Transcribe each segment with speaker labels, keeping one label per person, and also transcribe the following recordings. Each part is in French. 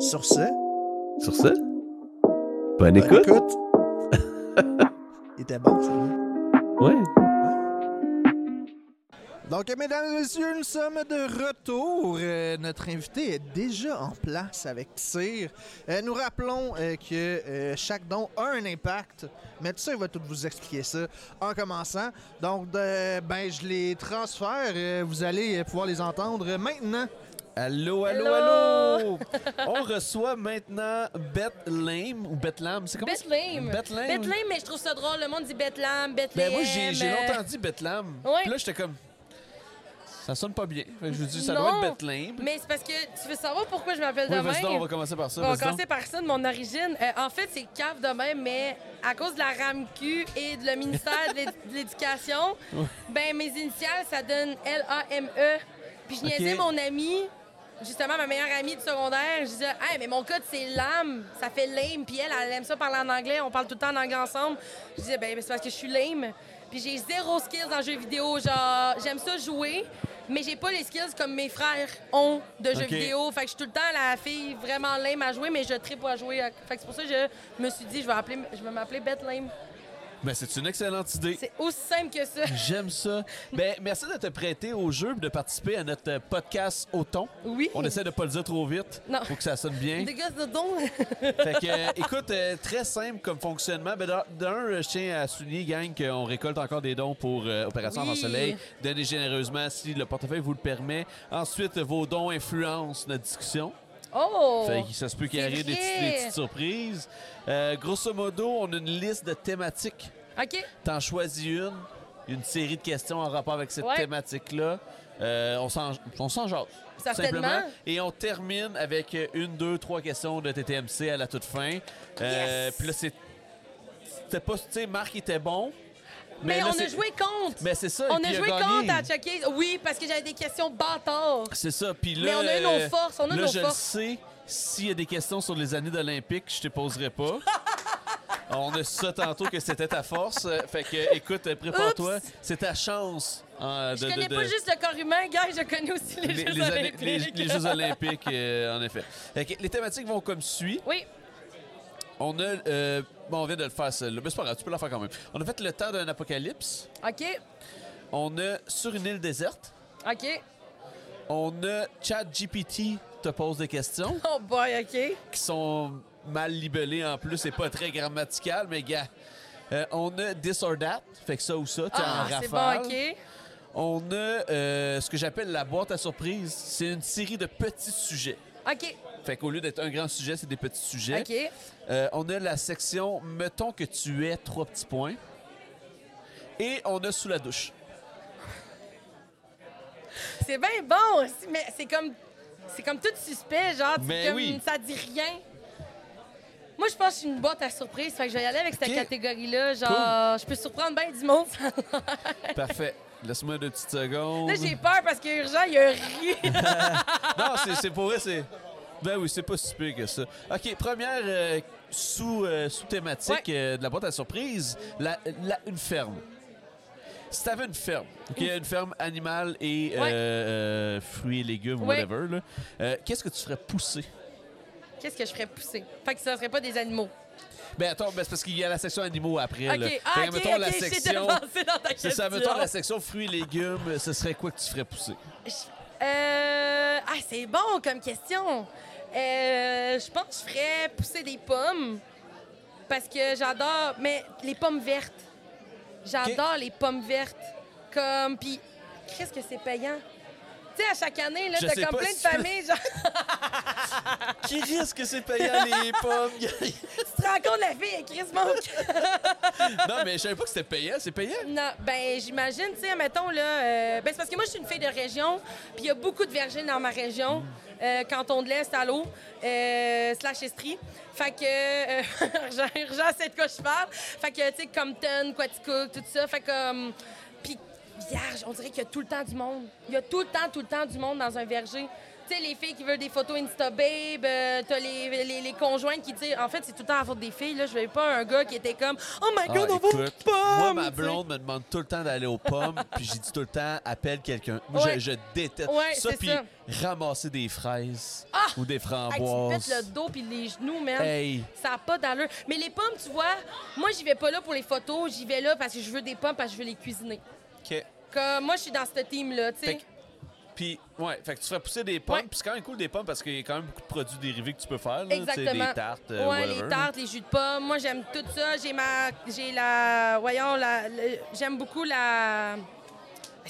Speaker 1: Sur ce,
Speaker 2: Sur ce, bonne écoute.
Speaker 1: Il était bon, hein. celui-là.
Speaker 2: Ouais.
Speaker 1: Donc, mesdames et messieurs, nous sommes de retour. Euh, notre invité est déjà en place avec Cyr. Euh, nous rappelons euh, que euh, chaque don a un impact, mais tu sais, il va tout vous expliquer ça en commençant. Donc, de- ben, je les transfère. euh, vous allez euh, pouvoir les entendre maintenant.
Speaker 3: Allô, allô,
Speaker 4: Hello.
Speaker 3: allô! On reçoit maintenant Beth Lame, ou Beth Lame, c'est comment ça?
Speaker 4: Bethlehem.
Speaker 3: Beth Lame.
Speaker 4: Bethlehem, mais je trouve ça drôle. Le monde dit Bethlehem, Bethlehem.
Speaker 3: Ben moi, j'ai j'ai
Speaker 4: euh,
Speaker 3: longtemps dit Beth Lame.
Speaker 4: Ouais.
Speaker 3: Puis là, j'étais comme, ça sonne pas bien. Fait que je vous dis, ça
Speaker 4: Non.
Speaker 3: doit être Beth Lame.
Speaker 4: Mais c'est parce que tu veux savoir pourquoi je m'appelle
Speaker 3: Oui,
Speaker 4: de
Speaker 3: vas-y donc, on
Speaker 4: même?
Speaker 3: va commencer par ça.
Speaker 4: On va
Speaker 3: vas-y donc.
Speaker 4: commencer par ça de mon origine. Euh, en fait, c'est cave de même, mais à cause de la RAMQ et de le ministère de l'É- de l'Éducation, ben mes initiales, ça donne L-A-M-E. E. Puis je niaisais
Speaker 3: Ok.
Speaker 4: mon ami, justement ma meilleure amie du secondaire, je disais « Hey, mais mon code, c'est lame, ça fait lame. » Puis elle, elle aime ça parler en anglais, on parle tout le temps en anglais ensemble. Je disais « Ben, mais c'est parce que je suis lame. » Puis j'ai zéro skills dans le jeu vidéo. Genre, j'aime ça jouer, mais j'ai pas les skills comme mes frères ont de jeux
Speaker 3: Ok.
Speaker 4: vidéo. Fait que je suis tout le temps la fille vraiment lame à jouer, mais je tripe à jouer. Fait que c'est pour ça que je me suis dit, je vais, appeler, je vais m'appeler Beth Lame.
Speaker 3: Ben, c'est une excellente idée.
Speaker 4: C'est aussi simple que ça.
Speaker 3: J'aime ça. Ben, merci de te prêter au jeu et de participer à notre euh, podcast au ton.
Speaker 4: Oui.
Speaker 3: On essaie de pas le dire trop vite
Speaker 4: Non.
Speaker 3: pour que ça sonne bien.
Speaker 4: Des gosses de don.
Speaker 3: Fait que, euh, écoute, euh, très simple comme fonctionnement. Ben, d'un- D'un, euh, je tiens à souligner, gang, qu'on récolte encore des dons pour euh, Opération
Speaker 4: Oui.
Speaker 3: Avant Soleil. Donnez généreusement si le portefeuille vous le permet. Ensuite, vos dons influencent notre discussion.
Speaker 4: Oh!
Speaker 3: Fait que ça se peut qu'il
Speaker 4: c'est
Speaker 3: arrive des,
Speaker 4: vrai.
Speaker 3: petites- des petites surprises. Euh, grosso modo, on a une liste de thématiques.
Speaker 4: OK.
Speaker 3: T'en choisis une, une série de questions en rapport avec cette
Speaker 4: Ouais.
Speaker 3: thématique-là. Euh, on s'en on s'en jase. tout
Speaker 4: Certainement.
Speaker 3: Simplement. Et on termine avec euh, une, deux, trois questions de TTMC à la toute fin. Euh,
Speaker 4: Yes!
Speaker 3: Puis là, c'est. C'était pas. Tu sais, Marc était bon.
Speaker 4: Mais,
Speaker 3: là,
Speaker 4: on a
Speaker 3: c'est-
Speaker 4: joué contre.
Speaker 3: Mais c'est ça. et
Speaker 4: on
Speaker 3: puis
Speaker 4: a
Speaker 3: il
Speaker 4: joué
Speaker 3: gagné. Ah,
Speaker 4: contre à Chucky. Oui, parce que j'avais des questions bâtards.
Speaker 3: C'est ça. Puis là.
Speaker 4: Mais on a eu nos
Speaker 3: euh,
Speaker 4: forces, on a
Speaker 3: là,
Speaker 4: nos
Speaker 3: je le
Speaker 4: forces.
Speaker 3: sais, s'il y a des questions sur les années d'Olympique, je te poserai pas. on a su ça tantôt que c'était ta force. Euh, Fait que, euh, écoute, euh, prépare-toi.
Speaker 4: Oups.
Speaker 3: C'est ta chance. euh, de,
Speaker 4: Je connais
Speaker 3: de-
Speaker 4: pas
Speaker 3: de-
Speaker 4: juste le corps humain, gars, je connais aussi les,
Speaker 3: les,
Speaker 4: Jeux
Speaker 3: les années-
Speaker 4: olympiques.
Speaker 3: les- les Jeux olympiques, euh, en effet. Fait que les thématiques vont comme suit.
Speaker 4: Oui,
Speaker 3: On a... euh, bon, on vient de le faire, celle-là. Mais c'est pas grave, tu peux la faire quand même. On a fait le temps d'un apocalypse.
Speaker 4: OK,
Speaker 3: On a sur une île déserte.
Speaker 4: OK.
Speaker 3: On a ChatGPT te pose des questions
Speaker 4: Oh boy, OK.
Speaker 3: qui sont mal libellées en plus et pas très grammaticales, mais gars... Euh, on a This or That, fait que ça ou ça, t'es
Speaker 4: Ah,
Speaker 3: en
Speaker 4: c'est
Speaker 3: rafale.
Speaker 4: bon, OK.
Speaker 3: On a euh, ce que j'appelle la boîte à surprise. C'est une série de petits sujets.
Speaker 4: OK,
Speaker 3: Fait qu'au lieu d'être un grand sujet, c'est des petits sujets.
Speaker 4: OK.
Speaker 3: Euh, on a la section Mettons que tu es trois petits points. Et on a Sous la douche.
Speaker 4: C'est bien bon aussi, mais c'est comme... C'est comme tout suspect, genre, tu-
Speaker 3: Mais
Speaker 4: comme,
Speaker 3: oui.
Speaker 4: ça dit rien. Moi, je pense que je suis une boîte à surprise, fait que je vais y aller avec cette
Speaker 3: OK.
Speaker 4: catégorie-là. Genre, je peux surprendre bien du monde.
Speaker 3: Parfait. Laisse-moi deux petites secondes.
Speaker 4: Là, j'ai peur parce que Urgent, il a ri.
Speaker 3: Non, c'est, c'est pour vrai, c'est. Ben oui, c'est pas si pire que ça. OK, première euh, sous, euh, sous-thématique euh, de la boîte à surprise, la, la- une ferme. Si t'avais une ferme, OK, une ferme animale et euh,
Speaker 4: Ouais.
Speaker 3: euh, fruits et légumes,
Speaker 4: Ouais.
Speaker 3: whatever, là, euh, qu'est-ce que tu ferais pousser?
Speaker 4: Qu'est-ce que je ferais pousser? Fait que ça serait pas des animaux.
Speaker 3: Ben attends, ben, c'est parce qu'il y a la section animaux après. là.
Speaker 4: OK, ah,
Speaker 3: Fait que,
Speaker 4: OK,
Speaker 3: mettons,
Speaker 4: OK,
Speaker 3: la
Speaker 4: j'étais
Speaker 3: section.
Speaker 4: lancée dans ta
Speaker 3: C'est ça,
Speaker 4: question.
Speaker 3: mettons la section fruits et légumes, ce serait quoi que tu ferais pousser?
Speaker 4: Je- euh, ah, c'est bon comme question. Euh, je pense que je ferais pousser des pommes parce que j'adore, mais les pommes vertes. J'adore les pommes vertes. Comme, puis, qu'est-ce que c'est payant? Tu sais, à chaque année, là,
Speaker 3: Je sais
Speaker 4: t'as
Speaker 3: pas
Speaker 4: comme plein
Speaker 3: si
Speaker 4: de
Speaker 3: tu peux-
Speaker 4: familles, genre,
Speaker 3: Qui risque que c'est payant les pommes?
Speaker 4: tu te rends compte, la fille est crissement au
Speaker 3: non, mais je savais pas que c'était payant, c'est payant.
Speaker 4: Non, ben j'imagine, tu sais, mettons là, euh, ben c'est parce que moi je suis une fille de région, puis il y a beaucoup de vergines dans ma région, euh, canton de l'Est, à l'eau, euh, slash Estrie. Fait que, euh, genre, genre, c'est de quoi je parle. Fait que, tu sais, Compton, Quaticook, tout ça, fait hum, comme, puis vierge, on dirait qu'il y a tout le temps du monde. Il y a tout le temps, tout le temps du monde dans un verger. Tu sais, les filles qui veulent des photos Insta Babe, euh, t'as les, les, les conjointes qui disent. En fait, c'est tout le temps la faute des filles. Là, je veux pas un gars qui était comme Oh my
Speaker 3: Ah,
Speaker 4: god, on va aux
Speaker 3: écoute,
Speaker 4: pommes!
Speaker 3: Moi, ma
Speaker 4: tu sais.
Speaker 3: blonde me demande tout le temps d'aller aux pommes, puis j'ai dit tout le temps, appelle quelqu'un. Moi,
Speaker 4: Ouais.
Speaker 3: je, je déteste
Speaker 4: Ouais,
Speaker 3: ça,
Speaker 4: c'est
Speaker 3: puis
Speaker 4: ça.
Speaker 3: ramasser des fraises
Speaker 4: Ah!
Speaker 3: ou des
Speaker 4: Hey, tu te pètes le
Speaker 3: framboises.
Speaker 4: dos puis les genoux, man.
Speaker 3: Hey,
Speaker 4: Ça n'a pas d'allure. Mais les pommes, tu vois, moi, j'y vais pas là pour les photos. J'y vais là parce que je veux des pommes, parce que je veux les cuisiner.
Speaker 3: OK.
Speaker 4: Comme, moi, je suis dans ce team-là, tu
Speaker 3: Fait
Speaker 4: sais.
Speaker 3: que- Puis, ouais, fait que tu ferais pousser des pommes,
Speaker 4: Ouais.
Speaker 3: puis c'est quand même cool des pommes parce qu'il y a quand même beaucoup de produits dérivés que tu peux faire. Là, tu sais,
Speaker 4: Exactement.
Speaker 3: Des tartes, euh,
Speaker 4: ouais,
Speaker 3: whatever.
Speaker 4: les tartes, les jus de pommes. Moi, j'aime tout ça. J'ai ma. J'ai la. Voyons, la. le- J'aime beaucoup la.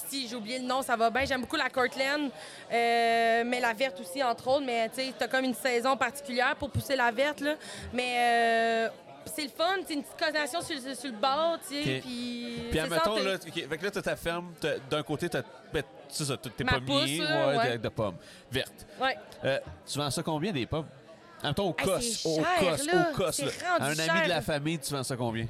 Speaker 4: Si, j'ai oublié le nom, ça va bien. J'aime beaucoup la Cortland, euh, mais la verte aussi, entre autres. Mais tu sais, t'as comme une saison particulière pour pousser la verte, là. Mais euh, c'est le fun, c'est une petite collation sur, le- sur le bord, tu sais. Puis,
Speaker 3: Ok. Puis,
Speaker 4: c'est ça,
Speaker 3: admettons,
Speaker 4: t'as-
Speaker 3: là, ok, fait que là, t'as ta ferme, t'as- d'un côté, t'as ben, c'est ça, t'as tes
Speaker 4: Ma
Speaker 3: pommiers,
Speaker 4: pousse, là,
Speaker 3: ouais,
Speaker 4: ouais.
Speaker 3: de- de pommes vertes.
Speaker 4: Ouais.
Speaker 3: Euh, tu vends ça combien des pommes? Admettons, au
Speaker 4: Hey,
Speaker 3: cosse,
Speaker 4: c'est
Speaker 3: au
Speaker 4: cher,
Speaker 3: cosse,
Speaker 4: là.
Speaker 3: au cosse.
Speaker 4: C'est
Speaker 3: là.
Speaker 4: rendu
Speaker 3: À un ami
Speaker 4: cher,
Speaker 3: de la
Speaker 4: là.
Speaker 3: famille, tu vends ça combien?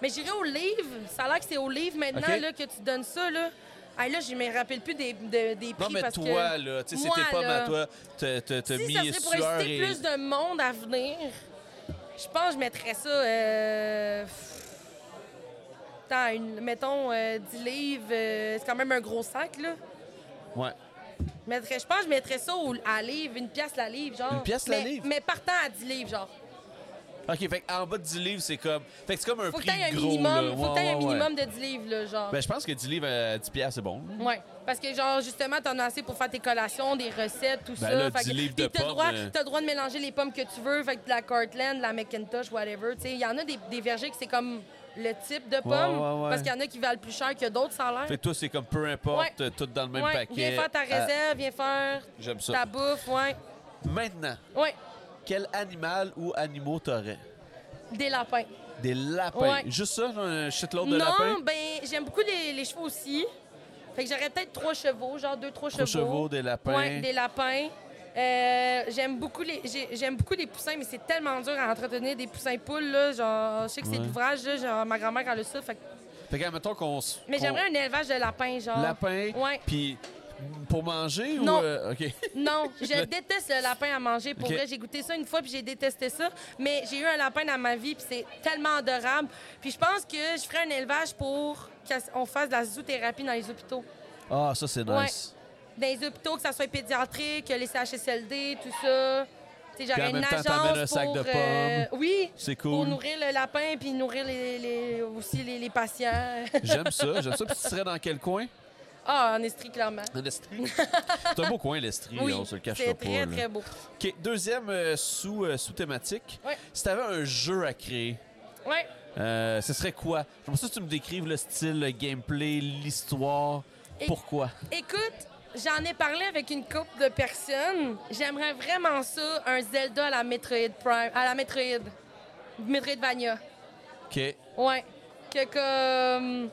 Speaker 4: Mais j'irai au livre. Ça a l'air que c'est au livre maintenant
Speaker 3: OK.
Speaker 4: là, que tu donnes ça, là. Ah, là, je me rappelle plus des, de- des prix
Speaker 3: Non, mais
Speaker 4: parce
Speaker 3: toi,
Speaker 4: que...
Speaker 3: là, tu sais,
Speaker 4: Moi,
Speaker 3: c'était pas
Speaker 4: là.
Speaker 3: à toi. T'as t'as- t'as
Speaker 4: Si
Speaker 3: mis
Speaker 4: ça serait pour
Speaker 3: sueur
Speaker 4: inciter
Speaker 3: et-
Speaker 4: plus de monde à venir, je pense que je mettrais ça. Euh... pff, Attends, une- mettons euh, 10 livres, euh, c'est quand même un gros sac, là.
Speaker 3: Ouais.
Speaker 4: Je mettrais- je pense que je mettrais ça au- à livre, une pièce la livre, genre.
Speaker 3: Une pièce la
Speaker 4: Mais-
Speaker 3: livre?
Speaker 4: Mais partant à 10 livres, genre.
Speaker 3: OK, fait en bas de 10 livres, c'est comme. Fait que c'est comme un
Speaker 4: Faut que
Speaker 3: prix
Speaker 4: t'aies un
Speaker 3: gros.
Speaker 4: minimum,
Speaker 3: là.
Speaker 4: faut que
Speaker 3: Ouais,
Speaker 4: t'aies un
Speaker 3: ouais, ouais.
Speaker 4: minimum de 10 livres, là, genre.
Speaker 3: Ben, je pense que 10 livres à 10 piastres, c'est bon.
Speaker 4: Oui, parce que genre justement, t'en as assez pour faire tes collations, des recettes, tout
Speaker 3: Ben
Speaker 4: ça.
Speaker 3: là,
Speaker 4: Fait
Speaker 3: dix
Speaker 4: que-
Speaker 3: livres
Speaker 4: puis
Speaker 3: de
Speaker 4: t'as
Speaker 3: pommes,
Speaker 4: droit,
Speaker 3: euh.
Speaker 4: t'as droit de mélanger les pommes que tu veux, fait que de la Cortland, de la McIntosh, whatever. Tu sais, il y en a des, des vergers que c'est comme le type de pommes,
Speaker 3: ouais, ouais.
Speaker 4: parce qu'il y en a qui valent plus cher que d'autres, ça a
Speaker 3: Fait
Speaker 4: l'air.
Speaker 3: que toi, c'est comme peu importe, tout dans le même
Speaker 4: Ouais,
Speaker 3: paquet.
Speaker 4: viens faire ta
Speaker 3: Ah,
Speaker 4: réserve, viens faire
Speaker 3: J'aime ça.
Speaker 4: ta bouffe, ouais.
Speaker 3: Maintenant,
Speaker 4: Ouais,
Speaker 3: quel animal ou animaux t'aurais?
Speaker 4: des lapins.
Speaker 3: Des lapins.
Speaker 4: Ouais.
Speaker 3: Juste ça, genre, un shitload de
Speaker 4: non,
Speaker 3: lapins?
Speaker 4: ben j'aime beaucoup les, les chevaux aussi. Fait que j'aurais peut-être trois chevaux, genre deux, trois
Speaker 3: Trois
Speaker 4: chevaux.
Speaker 3: chevaux, des lapins.
Speaker 4: Ouais, des lapins. Euh, j'aime beaucoup les j'ai- j'aime beaucoup les poussins, mais c'est tellement dur à entretenir des poussins poules là. Genre, je sais que c'est
Speaker 3: Ouais.
Speaker 4: d'ouvrage là, genre ma grand-mère elle a ça. Fait que-
Speaker 3: Fait que, mettons qu'on. s-
Speaker 4: mais
Speaker 3: qu'on-
Speaker 4: j'aimerais un élevage de lapins, genre.
Speaker 3: Lapin,
Speaker 4: Ouais.
Speaker 3: puis pour manger
Speaker 4: Non.
Speaker 3: ou. euh, OK.
Speaker 4: Non, je déteste le lapin à manger. Pour
Speaker 3: Ok.
Speaker 4: vrai, j'ai goûté ça une fois puis j'ai détesté ça. Mais j'ai eu un lapin dans ma vie puis c'est tellement adorable. Puis je pense que je ferais un élevage pour qu'on fasse de la zoothérapie dans les hôpitaux.
Speaker 3: Ah, ça, c'est nice.
Speaker 4: Dans les hôpitaux, que ça soit pédiatrique, les CHSLD, tout ça. Tu sais,
Speaker 3: Puis en
Speaker 4: j'aurais une
Speaker 3: même temps,
Speaker 4: agence
Speaker 3: t'amènes un
Speaker 4: pour...
Speaker 3: sac de
Speaker 4: euh, oui,
Speaker 3: C'est
Speaker 4: pour
Speaker 3: cool.
Speaker 4: nourrir le lapin puis nourrir les, les- aussi les, les patients.
Speaker 3: J'aime ça, j'aime ça. Puis tu serais dans quel coin?
Speaker 4: ah, en estrie, clairement.
Speaker 3: Dans l'Estrie. c'est un beau coin, l'Estrie,
Speaker 4: Oui,
Speaker 3: là, on se le cache
Speaker 4: c'est
Speaker 3: pas.
Speaker 4: très,
Speaker 3: là.
Speaker 4: très beau.
Speaker 3: OK, deuxième euh, sous, euh, sous-thématique.
Speaker 4: Ouais.
Speaker 3: Si t'avais un jeu à créer,
Speaker 4: Ouais.
Speaker 3: euh, ce serait quoi? J'aimerais ça que tu me décrives le style, le gameplay, l'histoire.
Speaker 4: Et-
Speaker 3: Pourquoi?
Speaker 4: Écoute, j'en ai parlé avec une couple de personnes. J'aimerais vraiment ça, un Zelda à la Metroid Prime, à la Metroid, Metroidvania.
Speaker 3: OK.
Speaker 4: Ouais. Que comme.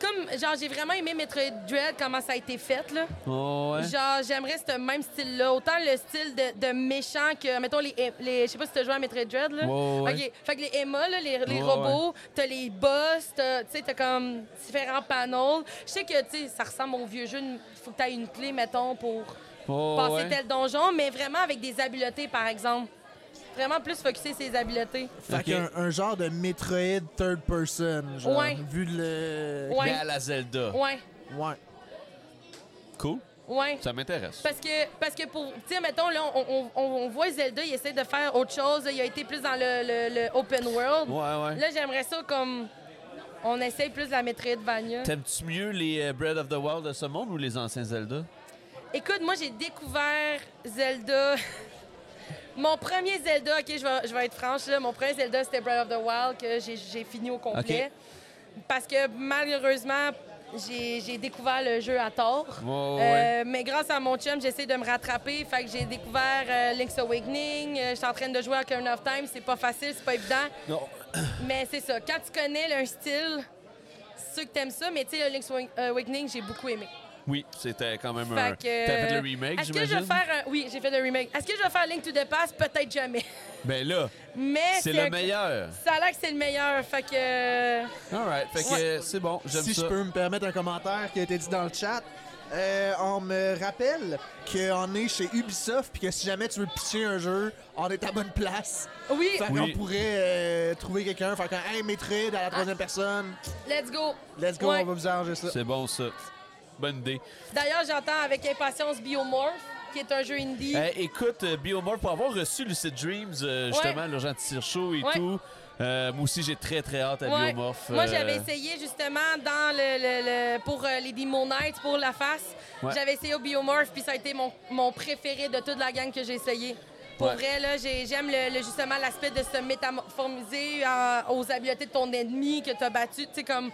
Speaker 4: Comme, genre, j'ai vraiment aimé Metroid Dread, comment ça a été fait, là.
Speaker 3: Oh, ouais.
Speaker 4: Genre, j'aimerais ce même style-là. Autant le style de, de méchant que, mettons, les. les je sais pas si t'as joué à Metroid Dread, là.
Speaker 3: Ouais, ouais.
Speaker 4: OK. Fait que les Emma, là, les, les
Speaker 3: Ouais,
Speaker 4: robots, t'as les boss, t'as, tu sais, t'as comme différents panels. Je sais que, tu sais, ça ressemble au vieux jeu. Il faut que t'aies une clé, mettons, pour
Speaker 3: Oh,
Speaker 4: passer
Speaker 3: ouais.
Speaker 4: tel donjon, mais vraiment avec des habiletés, par exemple. Vraiment plus focusé sur les habiletés.
Speaker 3: Ok.
Speaker 1: Fait qu'un un genre de Metroid third person, genre,
Speaker 4: Ouais.
Speaker 1: vu le...
Speaker 3: Mais
Speaker 4: Ouais.
Speaker 3: à la Zelda.
Speaker 4: Ouais.
Speaker 1: Ouais.
Speaker 3: Cool.
Speaker 4: Ouais.
Speaker 3: Ça m'intéresse.
Speaker 4: Parce que, parce que pour. Tu sais, mettons, là, on, on- on- on voit Zelda, il essaie de faire autre chose. Il a été plus dans le, le- le open world.
Speaker 3: Ouais, ouais.
Speaker 4: Là, j'aimerais ça comme. On essaye plus la Metroidvania.
Speaker 3: T'aimes-tu mieux les euh, Breath of the Wild de ce monde ou les anciens Zelda?
Speaker 4: Écoute, moi, j'ai découvert Zelda. Mon premier Zelda, OK, je vais, je vais être franche, là, mon premier Zelda, c'était Breath of the Wild, que j'ai- j'ai fini au complet. Parce que malheureusement, j'ai j'ai découvert le jeu à tort.
Speaker 3: Ouais, ouais.
Speaker 4: Euh, mais grâce à mon chum, j'essaie de me rattraper. Fait que j'ai découvert euh, Link's Awakening. Euh, je suis en train de jouer à Ocarina of Time. C'est pas facile, c'est pas évident.
Speaker 3: Non.
Speaker 4: Mais c'est ça. Quand tu connais là, un style, c'est sûr que t'aimes ça. Mais tu sais, le Link's euh, Awakening, j'ai beaucoup aimé.
Speaker 3: Oui, c'était quand même un.
Speaker 4: Fait que, euh,
Speaker 3: T'as fait le remake,
Speaker 4: Est-ce que je
Speaker 3: j'imagine?
Speaker 4: vais faire un... Oui, j'ai fait le remake. Est-ce que je vais faire Link to the Past? Peut-être jamais.
Speaker 3: Ben là,
Speaker 4: Eh, Mais
Speaker 3: c'est le
Speaker 4: un-
Speaker 3: meilleur.
Speaker 4: Ça a l'air que c'est le meilleur. Fait que...
Speaker 3: All right. Fait que
Speaker 4: Ouais.
Speaker 3: euh, c'est bon, j'aime
Speaker 1: Si
Speaker 3: ça.
Speaker 1: je peux me permettre un commentaire qui a été dit dans le chat, Euh, on me rappelle qu'on est chez Ubisoft puis que si jamais tu veux pitcher un jeu, on est à bonne place.
Speaker 4: Oui,
Speaker 1: Fait
Speaker 3: Oui.
Speaker 1: qu'on pourrait euh, trouver quelqu'un, faire comme Hey, Maîtrise à la troisième personne,
Speaker 4: let's go.
Speaker 1: let's go,
Speaker 4: Ah. Ouais.
Speaker 1: on va vous arranger ça.
Speaker 3: C'est bon, ça. Bonne idée.
Speaker 4: D'ailleurs, j'entends avec impatience Biomorph, qui est un jeu indie.
Speaker 3: Eh, écoute, euh, Biomorph, pour avoir reçu Lucid Dreams, euh, justement, l'urgent de tir chaud et
Speaker 4: Ouais.
Speaker 3: tout, euh, moi aussi, j'ai très, très hâte à
Speaker 4: Ouais.
Speaker 3: Biomorph.
Speaker 4: Moi,
Speaker 3: euh,
Speaker 4: j'avais essayé justement dans le, le- le- pour euh, les Demon Knights, pour la face.
Speaker 3: Ouais.
Speaker 4: J'avais essayé au Biomorph, puis ça a été mon, mon préféré de toute la gang que j'ai essayé. Pour
Speaker 3: Ouais.
Speaker 4: vrai, là, j'ai- j'aime le, le- justement l'aspect de se métamorphoser en- aux habiletés de ton ennemi que t'as battu. Tu sais, comme,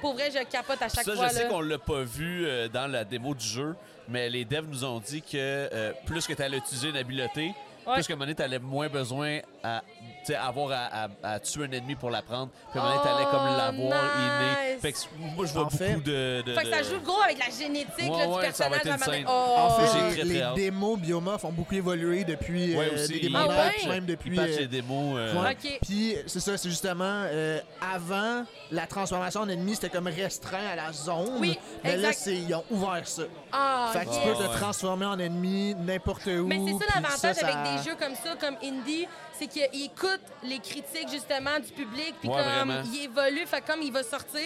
Speaker 4: pour vrai, je capote à chaque
Speaker 3: Ça,
Speaker 4: fois.
Speaker 3: je sais
Speaker 4: là.
Speaker 3: qu'on l'a pas vu euh, dans la démo du jeu, mais les devs nous ont dit que euh, plus que tu allais utiliser une habileté,
Speaker 4: Ouais.
Speaker 3: plus que tu allais moins besoin à tu sais, avoir à, à- à tuer un ennemi pour la prendre. Puis à tu allais comme
Speaker 4: Oh,
Speaker 3: l'avoir inné.
Speaker 4: nice.
Speaker 3: Fait que c- moi, je vois
Speaker 1: En
Speaker 3: beaucoup
Speaker 1: fait-
Speaker 3: de, de-
Speaker 4: Fait que ça
Speaker 3: de-
Speaker 4: joue gros avec la génétique
Speaker 3: Ouais,
Speaker 4: là, du
Speaker 3: ouais, ça va
Speaker 4: personnage.
Speaker 3: être
Speaker 4: à
Speaker 3: insane.
Speaker 4: ma- Oh.
Speaker 1: En fait,
Speaker 3: J'ai
Speaker 1: les-
Speaker 3: très, très
Speaker 1: Euh, les
Speaker 3: hâte.
Speaker 1: démos Biomorph ont beaucoup évolué depuis
Speaker 3: Ouais,
Speaker 1: euh,
Speaker 3: aussi,
Speaker 1: des
Speaker 3: ils
Speaker 1: démos
Speaker 4: Ah
Speaker 1: Mac,
Speaker 4: ouais?
Speaker 1: même depuis.
Speaker 3: Ils patchent
Speaker 1: euh,
Speaker 3: les démos. euh,
Speaker 1: ouais.
Speaker 4: Ok.
Speaker 1: Puis c'est ça, c'est justement euh, avant la transformation en ennemi, c'était comme restreint à la zone.
Speaker 4: Oui,
Speaker 1: mais là,
Speaker 4: exact.
Speaker 1: c'est- ils ont ouvert ça.
Speaker 4: Ah,
Speaker 1: fait que
Speaker 4: yes.
Speaker 1: tu peux
Speaker 3: Ah ouais.
Speaker 1: te transformer en ennemi n'importe où.
Speaker 4: Mais c'est
Speaker 1: puis
Speaker 4: ça l'avantage
Speaker 1: ça-
Speaker 4: avec des jeux comme ça, comme Indie, c'est qu'il écoute les critiques justement du public, puis
Speaker 3: Ouais,
Speaker 4: comme
Speaker 3: vraiment.
Speaker 4: il évolue, fait que comme il va sortir,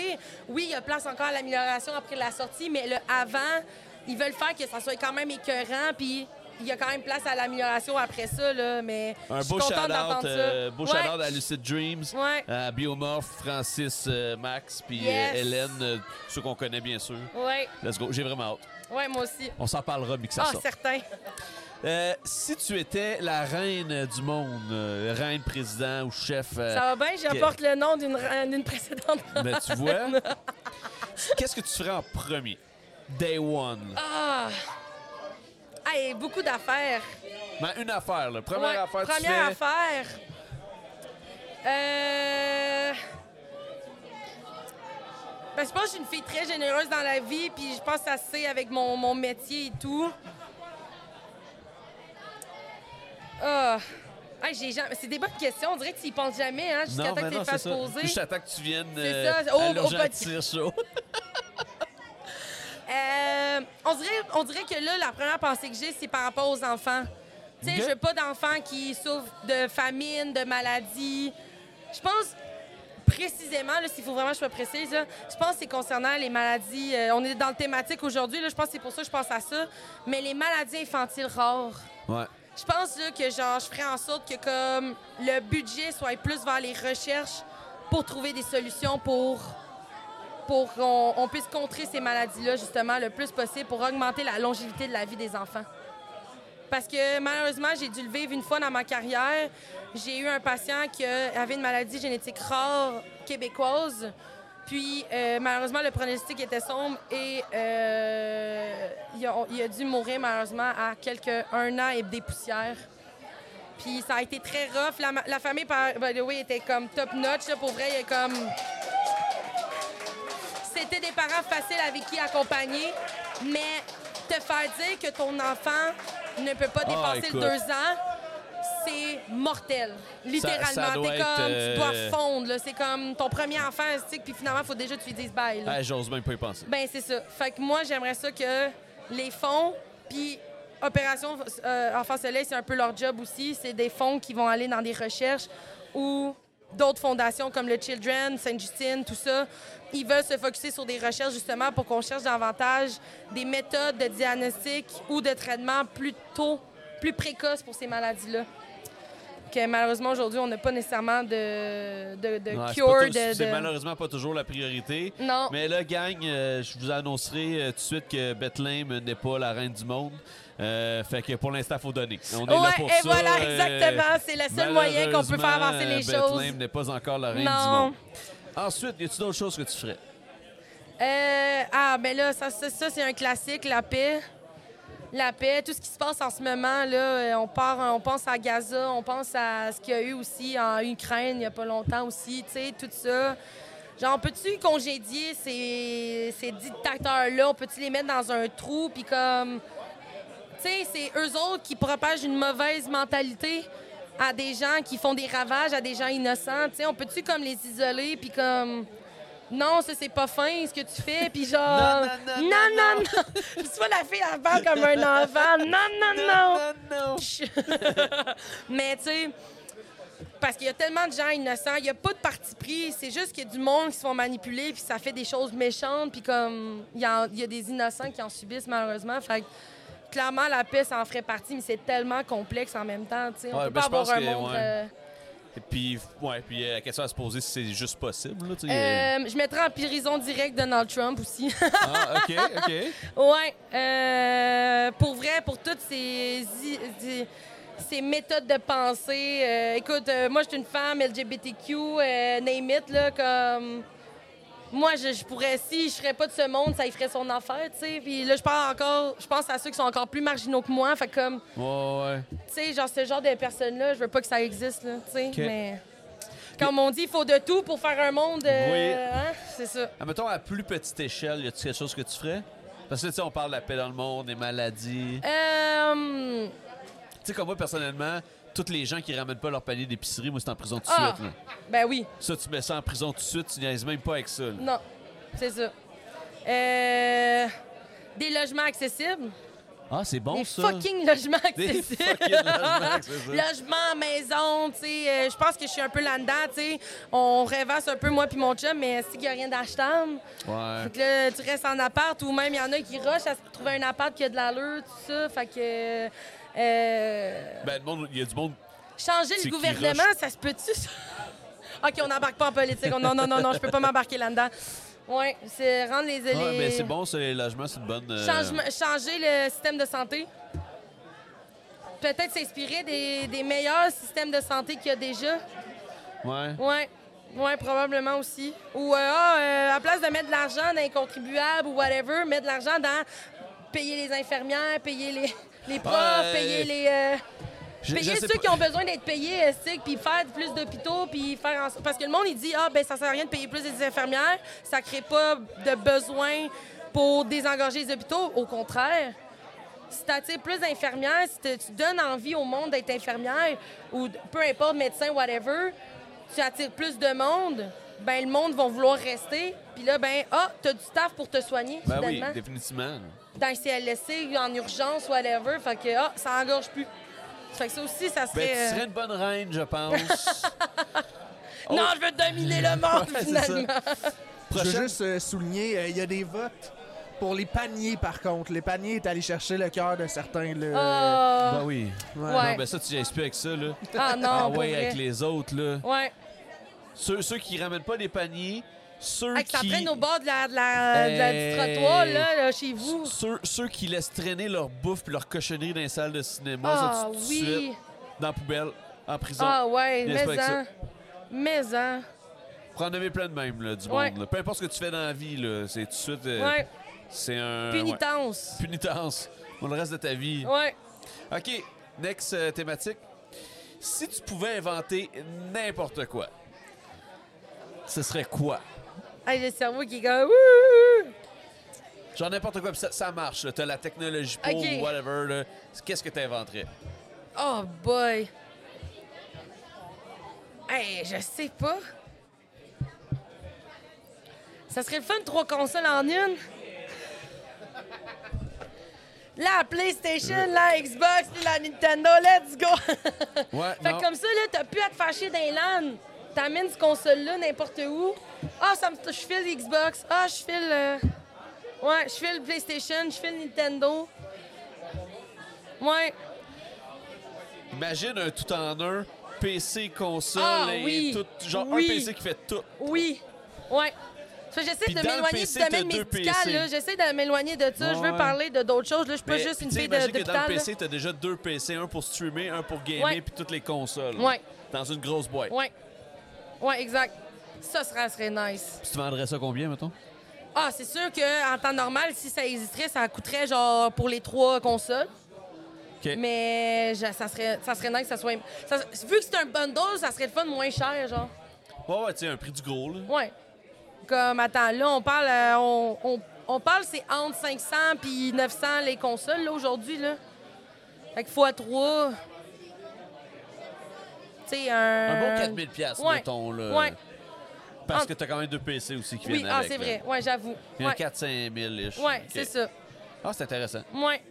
Speaker 4: oui, il y a place encore à l'amélioration après la sortie, mais le avant, ils veulent faire que ça soit quand même écœurant, puis il y a quand même place à l'amélioration après ça, là, mais
Speaker 3: Un
Speaker 4: je suis
Speaker 3: beau
Speaker 4: contente d'entendre
Speaker 3: shout-out
Speaker 4: ça.
Speaker 3: euh, beau
Speaker 4: Ouais.
Speaker 3: shout-out à Lucid Dreams,
Speaker 4: Ouais.
Speaker 3: à Biomorph, Francis, euh, Max, puis
Speaker 4: Yes.
Speaker 3: euh, Hélène, euh, ceux qu'on connaît bien sûr.
Speaker 4: Ouais,
Speaker 3: Let's go, j'ai vraiment hâte.
Speaker 4: ouais, moi aussi.
Speaker 3: On s'en parlera, mais que ça
Speaker 4: Ah,
Speaker 3: sorte.
Speaker 4: certain.
Speaker 3: Euh, si tu étais la reine du monde, euh, reine, président ou chef, euh,
Speaker 4: Ça va bien, j'apporte le nom d'une ra- d'une précédente.
Speaker 3: ben, tu vois, qu'est-ce que tu ferais en premier? Day one.
Speaker 4: Ah! Hey, beaucoup d'affaires.
Speaker 3: Ben, une affaire, là. Première
Speaker 4: Ouais,
Speaker 3: affaire, tu
Speaker 4: première
Speaker 3: fais...
Speaker 4: affaire. Euh... ben, je pense que je suis une fille très généreuse dans la vie, puis je pense que ça se sait avec mon, mon métier et tout. Ah. Hey, j'ai jamais- C'est des bonnes questions. On dirait que tu y penses jamais, hein, jusqu'à
Speaker 3: Non,
Speaker 4: temps
Speaker 3: ben
Speaker 4: que tu
Speaker 3: non,
Speaker 4: les
Speaker 3: c'est
Speaker 4: fasses
Speaker 3: ça.
Speaker 4: poser.
Speaker 3: Je t'attends que tu viennes
Speaker 4: C'est
Speaker 3: euh,
Speaker 4: ça, Oh, au-
Speaker 3: à
Speaker 4: au
Speaker 3: l'urgent
Speaker 4: podcast.
Speaker 3: tir chaud.
Speaker 4: Euh, on, dirait, on dirait que là, la première pensée que j'ai, c'est par rapport aux enfants. Tu sais,
Speaker 3: Ok.
Speaker 4: je veux pas d'enfants qui souffrent de famine, de maladie. Je pense précisément, là, s'il faut vraiment que je sois précise, là, je pense que c'est concernant les maladies. euh, on est dans le thématique aujourd'hui, là, je pense que c'est pour ça que je pense à ça. Mais les maladies infantiles rares.
Speaker 3: ouais.
Speaker 4: Je pense là, que genre, je ferais en sorte que comme le budget soit plus vers les recherches pour trouver des solutions pour pour qu'on on puisse contrer ces maladies-là justement le plus possible pour augmenter la longévité de la vie des enfants. Parce que malheureusement, j'ai dû le vivre une fois dans ma carrière. J'ai eu un patient qui euh, avait une maladie génétique rare québécoise. Puis, euh, malheureusement, le pronostic était sombre et euh, il, a, il a dû mourir, malheureusement, à quelques un an et des poussières. Puis, ça a été très rough. La, ma- la famille, par, by the way, était comme top-notch. là. Pour vrai, il y a comme... C'était des parents faciles avec qui accompagner, mais te faire dire que ton enfant ne peut pas dépasser le
Speaker 3: Ah, écoute.
Speaker 4: deux ans, c'est mortel. Littéralement,
Speaker 3: ça doit
Speaker 4: t'es
Speaker 3: être,
Speaker 4: comme,
Speaker 3: euh,
Speaker 4: tu dois fondre. là. C'est comme ton premier enfant, stick, puis finalement, il faut déjà que tu lui dises bye. là.
Speaker 3: Ah, J'ose même pas y penser.
Speaker 4: Ben, c'est ça. Fait que moi, j'aimerais ça que les fonds, puis Opération euh, Enfant Soleil, c'est un peu leur job aussi. C'est des fonds qui vont aller dans des recherches ou d'autres fondations comme le Children, Sainte-Justine, tout ça. Ils veulent se focusser sur des recherches justement pour qu'on cherche davantage des méthodes de diagnostic ou de traitement plus tôt, plus précoce pour ces maladies-là. Que malheureusement, aujourd'hui, on n'a pas nécessairement de, de, de
Speaker 3: Ouais, c'est
Speaker 4: cure.
Speaker 3: pas tou-
Speaker 4: de,
Speaker 3: C'est
Speaker 4: de-
Speaker 3: malheureusement pas toujours la priorité.
Speaker 4: Non.
Speaker 3: Mais là, gang, euh, je vous annoncerai euh, tout de suite que Bethlehem n'est pas la reine du monde. Euh, fait que pour l'instant, faut donner. On est là
Speaker 4: Ouais,
Speaker 3: pour
Speaker 4: et
Speaker 3: ça.
Speaker 4: voilà,
Speaker 3: euh,
Speaker 4: exactement. C'est le seul moyen qu'on peut faire avancer les
Speaker 3: malheureusement, euh,
Speaker 4: choses.
Speaker 3: Bethlehem n'est pas encore la reine du
Speaker 4: Non.
Speaker 3: monde. Ensuite, y a-tu d'autres choses que tu ferais?
Speaker 4: Euh, ah, ben là, ça, ça, ça, c'est un classique, la paix. La paix, tout ce qui se passe en ce moment, là, euh, on, part, on pense à Gaza, on pense à ce qu'il y a eu aussi en Ukraine il n'y a pas longtemps aussi, tu sais, tout ça. Genre, peux-tu congédier ces, ces dictateurs-là? On peut-tu les mettre dans un trou? Puis comme, tu sais, c'est eux autres qui propagent une mauvaise mentalité à des gens qui font des ravages, à des gens innocents. Tu sais, on peut-tu comme les isoler? Puis comme non, ça c'est pas fin ce que tu fais, puis genre
Speaker 3: Non, non, non, non,
Speaker 4: non, non. Puis tu vois la fille elle parle comme un enfant. Non, non, non.
Speaker 3: non.
Speaker 4: Mais tu sais, parce qu'il y a tellement de gens innocents, il n'y a pas de parti pris, c'est juste qu'il y a du monde qui se font manipuler, puis ça fait des choses méchantes, puis comme il y, en- il y a des innocents qui en subissent malheureusement. Fait que, clairement, la paix, ça en ferait partie, mais c'est tellement complexe en même temps, tu sais. On
Speaker 3: Ouais,
Speaker 4: peut
Speaker 3: ben,
Speaker 4: pas
Speaker 3: je pense
Speaker 4: avoir un
Speaker 3: que,
Speaker 4: monde.
Speaker 3: ouais.
Speaker 4: euh,
Speaker 3: Et puis, ouais, puis euh, la question à se poser, si c'est juste possible. Là, tu sais, euh,
Speaker 4: euh, je mettrais en prison direct Donald Trump aussi.
Speaker 3: Ah, OK, OK.
Speaker 4: Ouais, euh, pour vrai, pour toutes ces, i- di- ces méthodes de pensée. euh, écoute, euh, moi, je suis une femme LGBTQ, euh, name it, là, comme. Moi, je, je pourrais, si je serais pas de ce monde, ça y ferait son affaire, tu sais. Puis là, je parle encore, je pense à ceux qui sont encore plus marginaux que moi. Fait que comme,
Speaker 3: Ouais, ouais.
Speaker 4: tu sais, genre, ce genre de personnes-là, je veux pas que ça existe, là, tu sais.
Speaker 3: OK.
Speaker 4: Mais. Comme on dit, il faut de tout pour faire un monde. euh,
Speaker 3: Oui.
Speaker 4: hein, C'est ça.
Speaker 3: Admettons, à plus petite échelle, y a-t-il quelque chose que tu ferais? Parce que, tu sais, on parle de la paix dans le monde, des maladies.
Speaker 4: Euh,
Speaker 3: Tu sais, comme moi, personnellement, toutes les gens qui ramènent pas leur panier d'épicerie, moi, c'est en prison tout de
Speaker 4: ah,
Speaker 3: suite. là.
Speaker 4: ben oui.
Speaker 3: Ça, tu mets ça en prison tout de suite, tu niaises même pas avec ça. là.
Speaker 4: Non, c'est ça. Euh, des logements accessibles.
Speaker 3: Ah, c'est bon,
Speaker 4: des
Speaker 3: ça.
Speaker 4: fucking logements
Speaker 3: Des
Speaker 4: accessibles.
Speaker 3: fucking logements, c'est ça.
Speaker 4: Logements, maison, tu sais. euh, je pense que je suis un peu là-dedans, tu sais. On rêvasse un peu, moi puis mon chum, mais si qu'il n'y a rien d'achetable,
Speaker 3: Ouais.
Speaker 4: fait que là, tu restes en appart ou même il y en a qui rushent à se trouver un appart qui a de l'allure, tout ça. Fait que. euh,
Speaker 3: Ben, le monde- il y a du monde.
Speaker 4: changer
Speaker 3: C'est qui
Speaker 4: le gouvernement, ça se peut-tu, ça? OK, on n'embarque pas en politique. Non, non, non, non, je peux pas m'embarquer là-dedans. Oui, c'est rendre les, les...
Speaker 3: Ouais, mais c'est bon, ça, les logements, c'est une bonne. euh,
Speaker 4: Changement- changer le système de santé. Peut-être s'inspirer des, des meilleurs systèmes de santé qu'il y a déjà.
Speaker 3: Ouais.
Speaker 4: Ouais. Ouais, probablement aussi. Ou, euh, ah, euh, à place de mettre de l'argent dans les contribuables ou whatever, mettre de l'argent dans payer les infirmières, payer les, les profs,
Speaker 3: Ouais.
Speaker 4: payer les. euh,
Speaker 3: Je- je
Speaker 4: payer
Speaker 3: sais
Speaker 4: ceux
Speaker 3: pas-
Speaker 4: qui ont besoin d'être payés, euh, stick, puis faire plus d'hôpitaux, puis faire en... parce que le monde il dit ah ben ça sert à rien de payer plus des infirmières, ça crée pas de besoin pour désengorger les hôpitaux, au contraire. Si tu attires plus d'infirmières, si te- tu donnes envie au monde d'être infirmière ou d- peu importe médecin whatever, tu attires plus de monde, ben le monde va vouloir rester, puis là ben ah, tu as du staff pour te soigner
Speaker 3: Ben oui,
Speaker 4: finalement
Speaker 3: définitivement.
Speaker 4: dans
Speaker 3: Ben, là.
Speaker 4: les CLSC, en urgence, whatever. Fait que, ah, ça engorge plus. Fait que ça aussi, ça
Speaker 3: Ben,
Speaker 4: serait.
Speaker 3: tu serais
Speaker 4: euh,
Speaker 3: une bonne reine, je pense.
Speaker 4: Non, je veux dominer le monde,
Speaker 3: Ouais, c'est ça.
Speaker 4: finalement.
Speaker 1: Je veux
Speaker 3: Prochaine.
Speaker 1: juste euh, souligner, euh, il y a des votes pour les paniers, par contre. Les paniers est allé chercher le cœur de certains. Là.
Speaker 4: Ah,
Speaker 3: Ben oui.
Speaker 1: Ouais.
Speaker 4: ouais.
Speaker 3: Non, ben ça, tu niaises plus avec ça, là.
Speaker 4: Ah non,
Speaker 3: Ah
Speaker 4: pour
Speaker 3: ouais,
Speaker 4: vrai.
Speaker 3: avec les autres, là.
Speaker 4: Ouais.
Speaker 3: Ceux, ceux qui ramènent pas des paniers, ceux
Speaker 4: Hey, que ça
Speaker 3: qui... Ben,
Speaker 4: traîne au bord de la, de la, de la- du
Speaker 3: Hey.
Speaker 4: trottoir, là, là, chez vous.
Speaker 3: Ceux, ceux qui laissent traîner leur bouffe et leur cochonnerie dans les salles de cinéma, ça,
Speaker 4: Ah
Speaker 3: tu- tout de
Speaker 4: oui.
Speaker 3: suite, dans la poubelle, en prison.
Speaker 4: Ah ouais, hein.
Speaker 3: Niaise pas avec
Speaker 4: mais-en. Mais-en.
Speaker 3: Prends en nommer plein de même, là, du
Speaker 4: Ouais.
Speaker 3: monde. là. Peu importe ce que tu fais dans la vie, là, c'est tout de suite... euh,
Speaker 4: Ouais.
Speaker 3: C'est un... ouais.
Speaker 4: Punitance.
Speaker 3: Punitance. Pour le reste de ta vie.
Speaker 4: Ouais.
Speaker 3: OK, next euh, thématique. Si tu pouvais inventer n'importe quoi, ce serait quoi?
Speaker 4: Hey, j'ai le cerveau qui est comme. Ouh!
Speaker 3: Genre n'importe quoi, puis ça, ça marche. là. T'as la technologie pour
Speaker 4: Ok.
Speaker 3: ou whatever. là. Qu'est-ce que t'inventerais?
Speaker 4: Oh boy. Hey, je sais pas. Ça serait le fun, trois consoles en une. La PlayStation, la Xbox, puis la Nintendo, let's go!
Speaker 3: Ouais,
Speaker 4: fait
Speaker 3: non.
Speaker 4: que comme ça, là, t'as plus à te fâcher d'un LAN. T'amènes cette console-là n'importe où. Ah, ça me... je file Xbox. Ah, je file... euh, Ouais, je file PlayStation, je file Nintendo. Ouais.
Speaker 3: Imagine un tout en un, PC, console,
Speaker 4: Ah,
Speaker 3: et
Speaker 4: oui.
Speaker 3: tout. Genre
Speaker 4: Oui.
Speaker 3: un PC qui fait tout.
Speaker 4: Oui. Ouais. Ça, J'essaie
Speaker 3: Puis
Speaker 4: de
Speaker 3: dans le
Speaker 4: m'éloigner du
Speaker 3: PC, t'as
Speaker 4: domaine
Speaker 3: deux
Speaker 4: médical.
Speaker 3: PC.
Speaker 4: là. J'essaie de m'éloigner de ça.
Speaker 3: Ouais,
Speaker 4: je veux
Speaker 3: ouais.
Speaker 4: parler de d'autres choses. Là, je suis pas
Speaker 3: Mais,
Speaker 4: juste
Speaker 3: puis
Speaker 4: une
Speaker 3: tu sais,
Speaker 4: fille
Speaker 3: imagine
Speaker 4: de-
Speaker 3: que dans le
Speaker 4: d'hôpital. là.
Speaker 3: PC, t'as déjà deux PC, un pour streamer, un pour gamer,
Speaker 4: Ouais.
Speaker 3: puis toutes les consoles.
Speaker 4: Ouais.
Speaker 3: Dans une grosse boîte.
Speaker 4: Ouais. Ouais, exact. Ça sera, serait nice.
Speaker 3: Puis tu vendrais ça combien, mettons?
Speaker 4: Ah, c'est sûr que en temps normal, si ça existerait, ça coûterait genre pour les trois consoles.
Speaker 3: OK.
Speaker 4: Mais je- ça serait ça serait nice que ça soit ça- vu que c'est un bundle, ça serait le fun moins cher genre.
Speaker 3: Ouais, ouais, tu sais, un prix du gros, là.
Speaker 4: Ouais. Comme, attends, là, on parle, euh, on, on- on parle, c'est entre 500 puis 900 les consoles, là, aujourd'hui, là. Fait que fois 3. Tu sais, un.
Speaker 3: Un bon 4000$,
Speaker 4: Euh, Ouais.
Speaker 3: mettons, là.
Speaker 4: Ouais.
Speaker 3: Parce
Speaker 4: en-
Speaker 3: que t'as quand même deux PC aussi qui
Speaker 4: Oui,
Speaker 3: viennent
Speaker 4: ah,
Speaker 3: avec.
Speaker 4: c'est
Speaker 3: là.
Speaker 4: vrai. Ouais, j'avoue.
Speaker 3: Il y a
Speaker 4: Ouais,
Speaker 3: 4-5 000-ish.
Speaker 4: Ouais, c'est ça.
Speaker 3: Ah, c'est intéressant.
Speaker 4: Ouais.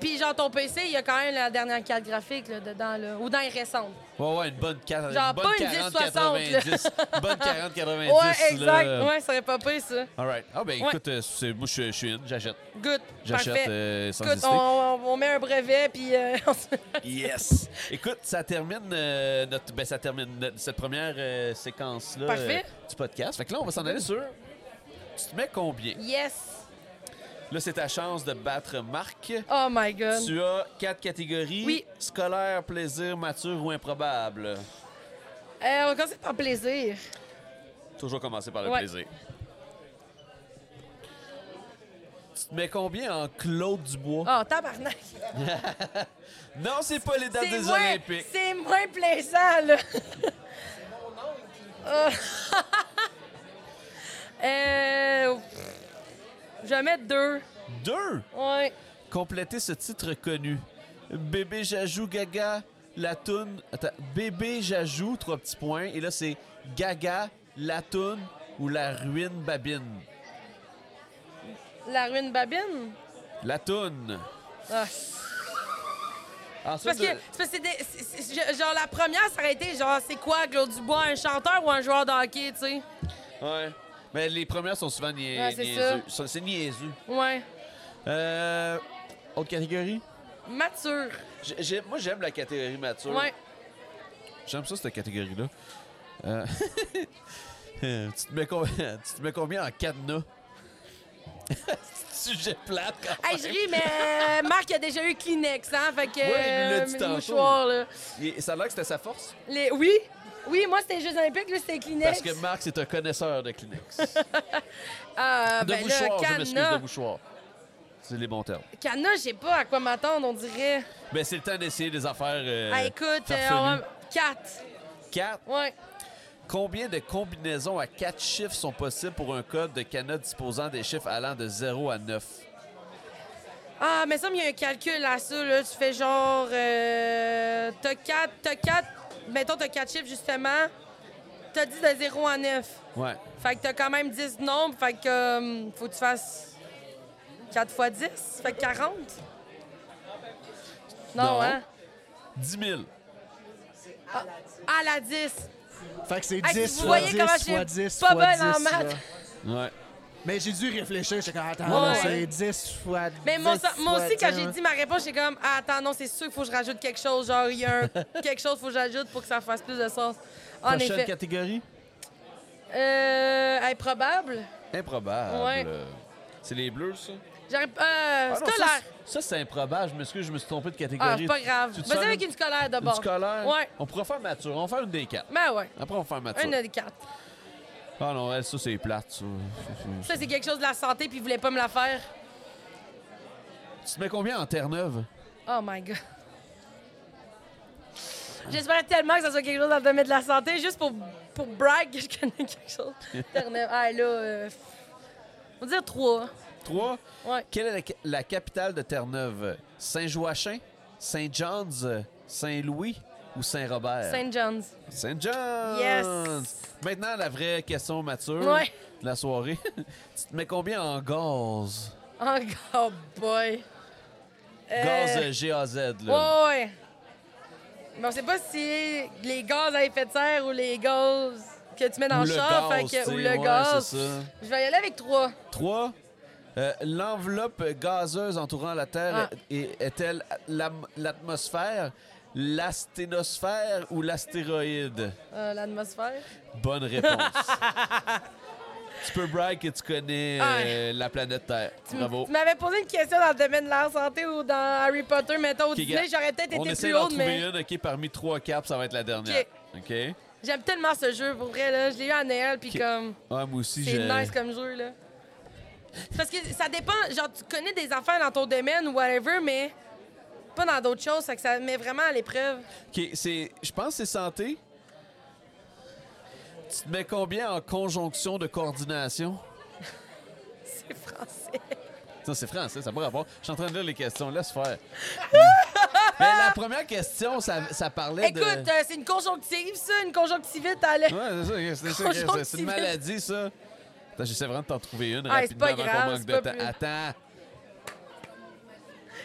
Speaker 4: Puis genre ton PC, il y a quand même la dernière carte graphique là, dedans là, ou dans les récentes.
Speaker 3: Ouais, ouais, une bonne 40
Speaker 4: Genre
Speaker 3: une bonne
Speaker 4: pas une
Speaker 3: 40
Speaker 4: 10-60, là.
Speaker 3: 90, Une bonne 40 90
Speaker 4: ouais, exact.
Speaker 3: Là.
Speaker 4: Ouais, ça aurait pas pire ça.
Speaker 3: All right. Ah ben
Speaker 4: Ouais.
Speaker 3: écoute, euh, c'est- moi je suis- je suis in, j'achète.
Speaker 4: Good.
Speaker 3: J'achète
Speaker 4: Parfait.
Speaker 3: euh, sans
Speaker 4: Écoute,
Speaker 3: hésiter.
Speaker 4: on, on- on met un brevet puis euh, on se-
Speaker 3: Yes. Écoute, ça termine euh, notre ben, ça termine notre- cette première euh, séquence là
Speaker 4: Parfait.
Speaker 3: du podcast. Fait que là on va s'en aller sur tu te mets combien
Speaker 4: yes.
Speaker 3: Là, c'est ta chance de battre Marc.
Speaker 4: Oh my god.
Speaker 3: Tu as quatre catégories
Speaker 4: Oui.
Speaker 3: scolaire, plaisir, mature ou improbable.
Speaker 4: Euh, on commence par plaisir.
Speaker 3: Toujours commencer par le
Speaker 4: Ouais.
Speaker 3: plaisir. Tu te mets combien en Claude Dubois?
Speaker 4: Oh tabarnak.
Speaker 3: Non, c'est pas les dates
Speaker 4: C'est
Speaker 3: des
Speaker 4: moins-
Speaker 3: Olympiques.
Speaker 4: C'est moins plaisant, là. Euh, euh, pff, je vais mettre deux.
Speaker 3: Deux!
Speaker 4: Ouais.
Speaker 3: Compléter ce titre connu. Bébé Jajou Gaga, la toune. Attends, Bébé Jajou, trois petits points. Et là, c'est Gaga, la toune ou la ruine babine.
Speaker 4: La ruine babine.
Speaker 3: La toune.
Speaker 4: Ah. C'est
Speaker 3: Ensuite, euh,
Speaker 4: parce que,
Speaker 3: de-
Speaker 4: c'est parce que c'est des- c'est- c'est- genre, la première, ça aurait été genre, c'est quoi, Claude Dubois, un chanteur ou un joueur de hockey, tu sais?
Speaker 3: Ouais. Mais les premières sont souvent nia-
Speaker 4: Ouais, c'est
Speaker 3: niaiseux. Ça, C'est niaiseux.
Speaker 4: Ouais.
Speaker 3: Euh, autre catégorie?
Speaker 4: Mature.
Speaker 3: J'ai- j'ai- moi, j'aime la catégorie mature.
Speaker 4: Ouais.
Speaker 3: J'aime ça, cette catégorie-là. Euh, euh, tu, te mets com- tu te mets combien en cadenas? C'est un Sujet plate, quand
Speaker 4: Hey, je ris, mais euh, Marc a déjà eu Kleenex, hein? Fait que.
Speaker 3: Ouais, il me l'a dit
Speaker 4: euh,
Speaker 3: tantôt.
Speaker 4: mouchoir, là.
Speaker 3: Et Ça a l'air que c'était sa force.
Speaker 4: Les- Oui? Oui, moi, c'était les Jeux Olympiques, là, c'était Kleenex.
Speaker 3: Parce que Marc, c'est un connaisseur de Kleenex. de
Speaker 4: Ah, ben
Speaker 3: mouchoirs,
Speaker 4: là,
Speaker 3: je m'excuse, de
Speaker 4: Cana,
Speaker 3: mouchoirs. C'est les bons termes.
Speaker 4: Cana, je sais pas à quoi m'attendre, on dirait.
Speaker 3: Ben, c'est le temps d'essayer des affaires. euh,
Speaker 4: ah, écoute, euh, on
Speaker 3: farfelues.
Speaker 4: va- quatre.
Speaker 3: Quatre.
Speaker 4: Ouais.
Speaker 3: Combien de combinaisons à quatre chiffres sont possibles pour un code de Cana disposant des chiffres allant de 0 à 9?
Speaker 4: Ah, mais ça, il y a un calcul à ça, là. Tu fais genre. Euh, t'as quatre, t'as quatre. Mettons, t'as quatre chiffres, justement. T'as dit de 0 à 9.
Speaker 3: Ouais.
Speaker 4: Fait que t'as quand même 10 nombres, fait que. euh, faut que tu fasses. 4 fois 10, fait que 40. Non,
Speaker 3: Non.
Speaker 4: hein?
Speaker 3: 10 000.
Speaker 4: À la 10.
Speaker 1: Fait que c'est
Speaker 4: Oh. Hey,
Speaker 1: 10
Speaker 4: vous
Speaker 1: fois
Speaker 4: voyez
Speaker 1: 10
Speaker 4: comment je suis
Speaker 1: fois 10
Speaker 4: pas
Speaker 1: fois
Speaker 4: bonne
Speaker 1: 10.
Speaker 4: en
Speaker 1: là.
Speaker 4: maths.
Speaker 3: Ouais.
Speaker 1: Mais j'ai dû réfléchir, j'étais comme, attends,
Speaker 4: Ouais.
Speaker 1: là, c'est 10 fois 10
Speaker 4: Mais mon- moi
Speaker 1: fois
Speaker 4: aussi, quand
Speaker 1: 10.
Speaker 4: j'ai dit ma réponse, j'ai comme ah, attends, non, c'est sûr qu'il faut que je rajoute quelque chose. Genre, il y a un- quelque chose faut que j'ajoute pour que ça fasse plus de sens. En
Speaker 3: Prochaine
Speaker 4: effet.
Speaker 3: catégorie?
Speaker 4: Euh, improbable.
Speaker 3: Improbable.
Speaker 4: Ouais.
Speaker 3: C'est les bleus, ça?
Speaker 4: J'aurais- Euh,
Speaker 3: Ah non, ça,
Speaker 4: scolaire.
Speaker 3: c'est- ça, c'est improbable. Je m'excuse, je me suis trompé de catégorie.
Speaker 4: Ah, c'est pas grave.
Speaker 3: Tu te
Speaker 4: Vas-y
Speaker 3: sors
Speaker 4: avec
Speaker 3: une-
Speaker 4: une scolaire
Speaker 3: une
Speaker 4: d'abord.
Speaker 3: scolaire?
Speaker 4: Ouais.
Speaker 3: On pourra faire mature. On va faire une des quatre.
Speaker 4: Ben ouais.
Speaker 3: Après, on va faire mature.
Speaker 4: Un des quatre.
Speaker 3: Ah non, elle, ça, c'est plate, ça.
Speaker 4: Ça, c'est quelque chose de la santé, puis il voulait pas me la faire.
Speaker 3: Tu te mets combien en Terre-Neuve?
Speaker 4: Oh my God. J'espère tellement que ça soit quelque chose dans le domaine de la santé, juste pour, pour brag que je connais quelque chose. Terre-Neuve. Ah, là, euh, on va dire trois.
Speaker 3: Trois.
Speaker 4: Ouais.
Speaker 3: Quelle est la, ca- la capitale de Terre-Neuve? Saint-Joachin, Saint-John's, Saint-Louis ou Saint-Robert?
Speaker 4: St. John's.
Speaker 3: Saint-John's!
Speaker 4: Yes.
Speaker 3: Maintenant, la vraie question mature
Speaker 4: Ouais.
Speaker 3: de la soirée. tu te mets combien en gaz?
Speaker 4: Oh, God boy. Euh, oh.
Speaker 3: Gaz euh, G-A-Z,
Speaker 4: Ouais,
Speaker 3: là.
Speaker 4: ouais, ouais. Mais on sait pas si les gaz à effet de serre ou les gaz que tu mets dans
Speaker 3: Ou
Speaker 4: le,
Speaker 3: le
Speaker 4: char,
Speaker 3: gaz,
Speaker 4: fait que-
Speaker 3: tu
Speaker 4: ou
Speaker 3: sais,
Speaker 4: le
Speaker 3: ouais,
Speaker 4: gaz.
Speaker 3: c'est ça.
Speaker 4: Je vais y aller avec trois.
Speaker 3: Trois. euh, L'enveloppe gazeuse entourant la Terre
Speaker 4: Ah.
Speaker 3: est- est-elle l'am- l'atmosphère, l'asténosphère ou l'astéroïde?
Speaker 4: Euh, L'atmosphère.
Speaker 3: Bonne réponse. tu peux brag que tu connais euh, la planète Terre.
Speaker 4: Ah. Tu m-
Speaker 3: Bravo.
Speaker 4: Tu m'avais posé une question dans le domaine de la santé ou dans Harry Potter, mettons, au
Speaker 3: Ok,
Speaker 4: Disney,
Speaker 3: gars,
Speaker 4: j'aurais peut-être
Speaker 3: On
Speaker 4: été
Speaker 3: essaie
Speaker 4: plus
Speaker 3: d'en
Speaker 4: haute,
Speaker 3: trouver
Speaker 4: mais
Speaker 3: une, OK, parmi trois caps, ça va être la dernière. OK?
Speaker 4: j'aime tellement ce jeu, pour vrai, là. Je l'ai eu à Noël, puis
Speaker 3: Ok.
Speaker 4: comme...
Speaker 3: Ah, moi aussi,
Speaker 4: C'est
Speaker 3: j'ai...
Speaker 4: nice comme jeu, là. Parce que ça dépend, genre, tu connais des affaires dans ton domaine ou whatever, mais pas dans d'autres choses, fait que ça met vraiment à l'épreuve.
Speaker 3: OK, c'est... Je pense que c'est santé. Tu te mets combien en conjonction de coordination?
Speaker 4: C'est français.
Speaker 3: Ça, c'est français, ça n'a pas rapport. Je suis en train de lire les questions. Laisse faire. Mais la première question, ça, ça parlait
Speaker 4: Écoute,
Speaker 3: de...
Speaker 4: euh, c'est une conjonctive, ça, une conjonctivite à l'œil.
Speaker 3: Ouais, c'est ça, c'est ça,
Speaker 4: Conjonctivite.
Speaker 3: c'est- c'est une maladie, ça. Attends, j'essaie vraiment de t'en trouver une
Speaker 4: Ah, c'est
Speaker 3: rapidement
Speaker 4: pas
Speaker 3: avant
Speaker 4: grave,
Speaker 3: qu'on manque
Speaker 4: c'est
Speaker 3: de
Speaker 4: pas
Speaker 3: temps.
Speaker 4: plus-
Speaker 3: Attends.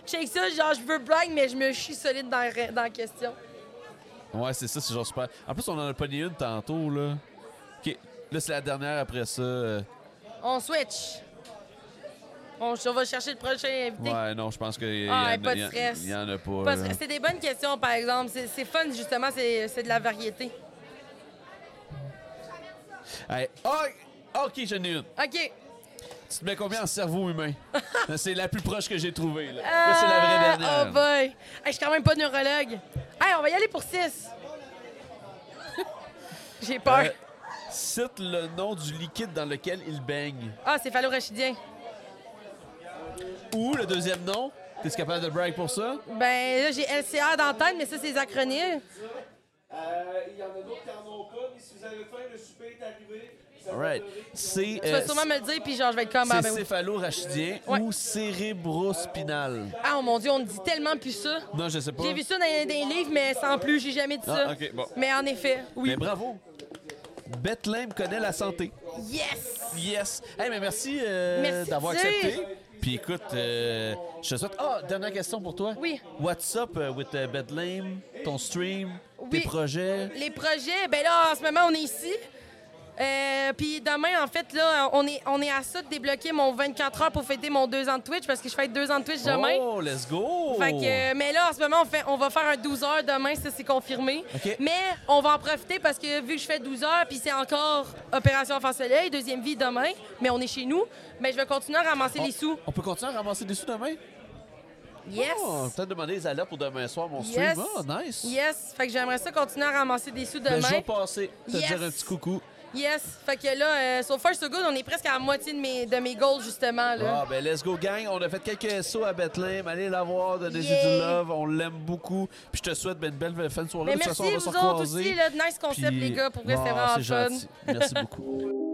Speaker 4: Check ça, genre, je veux blague, mais je me chie solide dans, la- dans la question.
Speaker 3: Ouais, c'est ça, c'est genre super. En plus, on en a pas une tantôt, là. OK. Là, c'est la dernière après ça. euh,
Speaker 4: On switch. On, on va chercher le prochain invité.
Speaker 3: Ouais, non, je pense qu'il y,
Speaker 4: Ah,
Speaker 3: en a-
Speaker 4: pas de
Speaker 3: y en-
Speaker 4: stress.
Speaker 3: y en a pas.
Speaker 4: Parce
Speaker 3: là.
Speaker 4: que C'est des bonnes questions, par exemple. C'est c'est fun, justement, c'est c'est de la variété.
Speaker 3: Hey, oh, OK, j'en ai une.
Speaker 4: OK.
Speaker 3: Tu te mets combien en cerveau humain? c'est la plus proche que j'ai trouvée, là. Là, c'est la vraie
Speaker 4: Euh,
Speaker 3: dernière.
Speaker 4: Oh boy. Hey, je suis quand même pas neurologue. Hey, on va y aller pour 6. J'ai peur.
Speaker 3: Euh, cite le nom du liquide dans lequel il baigne.
Speaker 4: Ah, c'est phallorachidien.
Speaker 3: Ou le deuxième nom. T'es capable de brag pour ça?
Speaker 4: Ben là, j'ai LCA dans la tête, mais ça, c'est les acronymes.
Speaker 3: All right. C'est
Speaker 4: Tu
Speaker 3: euh,
Speaker 4: vas sûrement me le dire, puis genre, je vais être comme... Ah,
Speaker 3: c'est
Speaker 4: ben oui.
Speaker 3: céphalorachidien
Speaker 4: Ouais.
Speaker 3: ou cérébrospinal.
Speaker 4: Ah, oh, mon Dieu, on me dit tellement plus ça.
Speaker 3: Non, je sais pas.
Speaker 4: J'ai vu ça dans dans des livres, mais sans plus, j'ai jamais dit
Speaker 3: Ah,
Speaker 4: ça.
Speaker 3: ok, bon.
Speaker 4: Mais en effet, oui.
Speaker 3: Mais bravo. Bethlehem connaît la santé.
Speaker 4: Yes!
Speaker 3: Yes. Hey, mais merci, euh,
Speaker 4: Merci
Speaker 3: d'avoir
Speaker 4: de dire.
Speaker 3: accepté. Puis écoute, euh, je te souhaite. Ah, dernière question pour toi.
Speaker 4: Oui.
Speaker 3: What's up euh, with euh, Bethlehem, ton stream,
Speaker 4: Oui.
Speaker 3: tes projets?
Speaker 4: Les projets, ben là, en ce moment, on est ici. Euh, Puis demain, en fait, là, on est, on est à ça de débloquer mon 24 heures pour fêter mon 2 ans de Twitch parce que je fête 2 ans de Twitch demain.
Speaker 3: Oh, let's go!
Speaker 4: Fait que, euh, mais là, en ce moment, on, fait, on va faire un 12 heures demain, ça c'est confirmé.
Speaker 3: OK.
Speaker 4: Mais on va en profiter parce que vu que je fais 12 heures, puis c'est encore Opération Enfant Soleil, deuxième vie demain, mais on est chez nous, mais je vais continuer à ramasser
Speaker 3: On-
Speaker 4: les sous.
Speaker 3: On peut continuer à ramasser des sous demain?
Speaker 4: Yes!
Speaker 3: Oh, peut-être demander les alas pour demain soir, mon
Speaker 4: Yes.
Speaker 3: stream. Oh, nice!
Speaker 4: Yes! Fait que j'aimerais ça continuer à ramasser des sous
Speaker 3: Ben, je
Speaker 4: demain.
Speaker 3: vais passer, te
Speaker 4: Yes.
Speaker 3: dire un petit coucou.
Speaker 4: yes! Fait que là, euh, so far so good, on est presque à la moitié de mes, de mes goals, justement. Là.
Speaker 3: Ah, ben, let's go, gang. On a fait quelques sauts à Bethlehem. Allez la voir, donnez-y
Speaker 4: Yeah.
Speaker 3: du love. On l'aime beaucoup. Puis je te souhaite ben, une belle fin de soirée.
Speaker 4: mais
Speaker 3: De toute
Speaker 4: merci
Speaker 3: façon, on va se
Speaker 4: vous autres
Speaker 3: recroiser.
Speaker 4: aussi, là, de nice concept,
Speaker 3: Puis-
Speaker 4: les gars, pour vrai, c'est vraiment
Speaker 3: Ah, c'est
Speaker 4: fun.
Speaker 3: gentil. Merci beaucoup.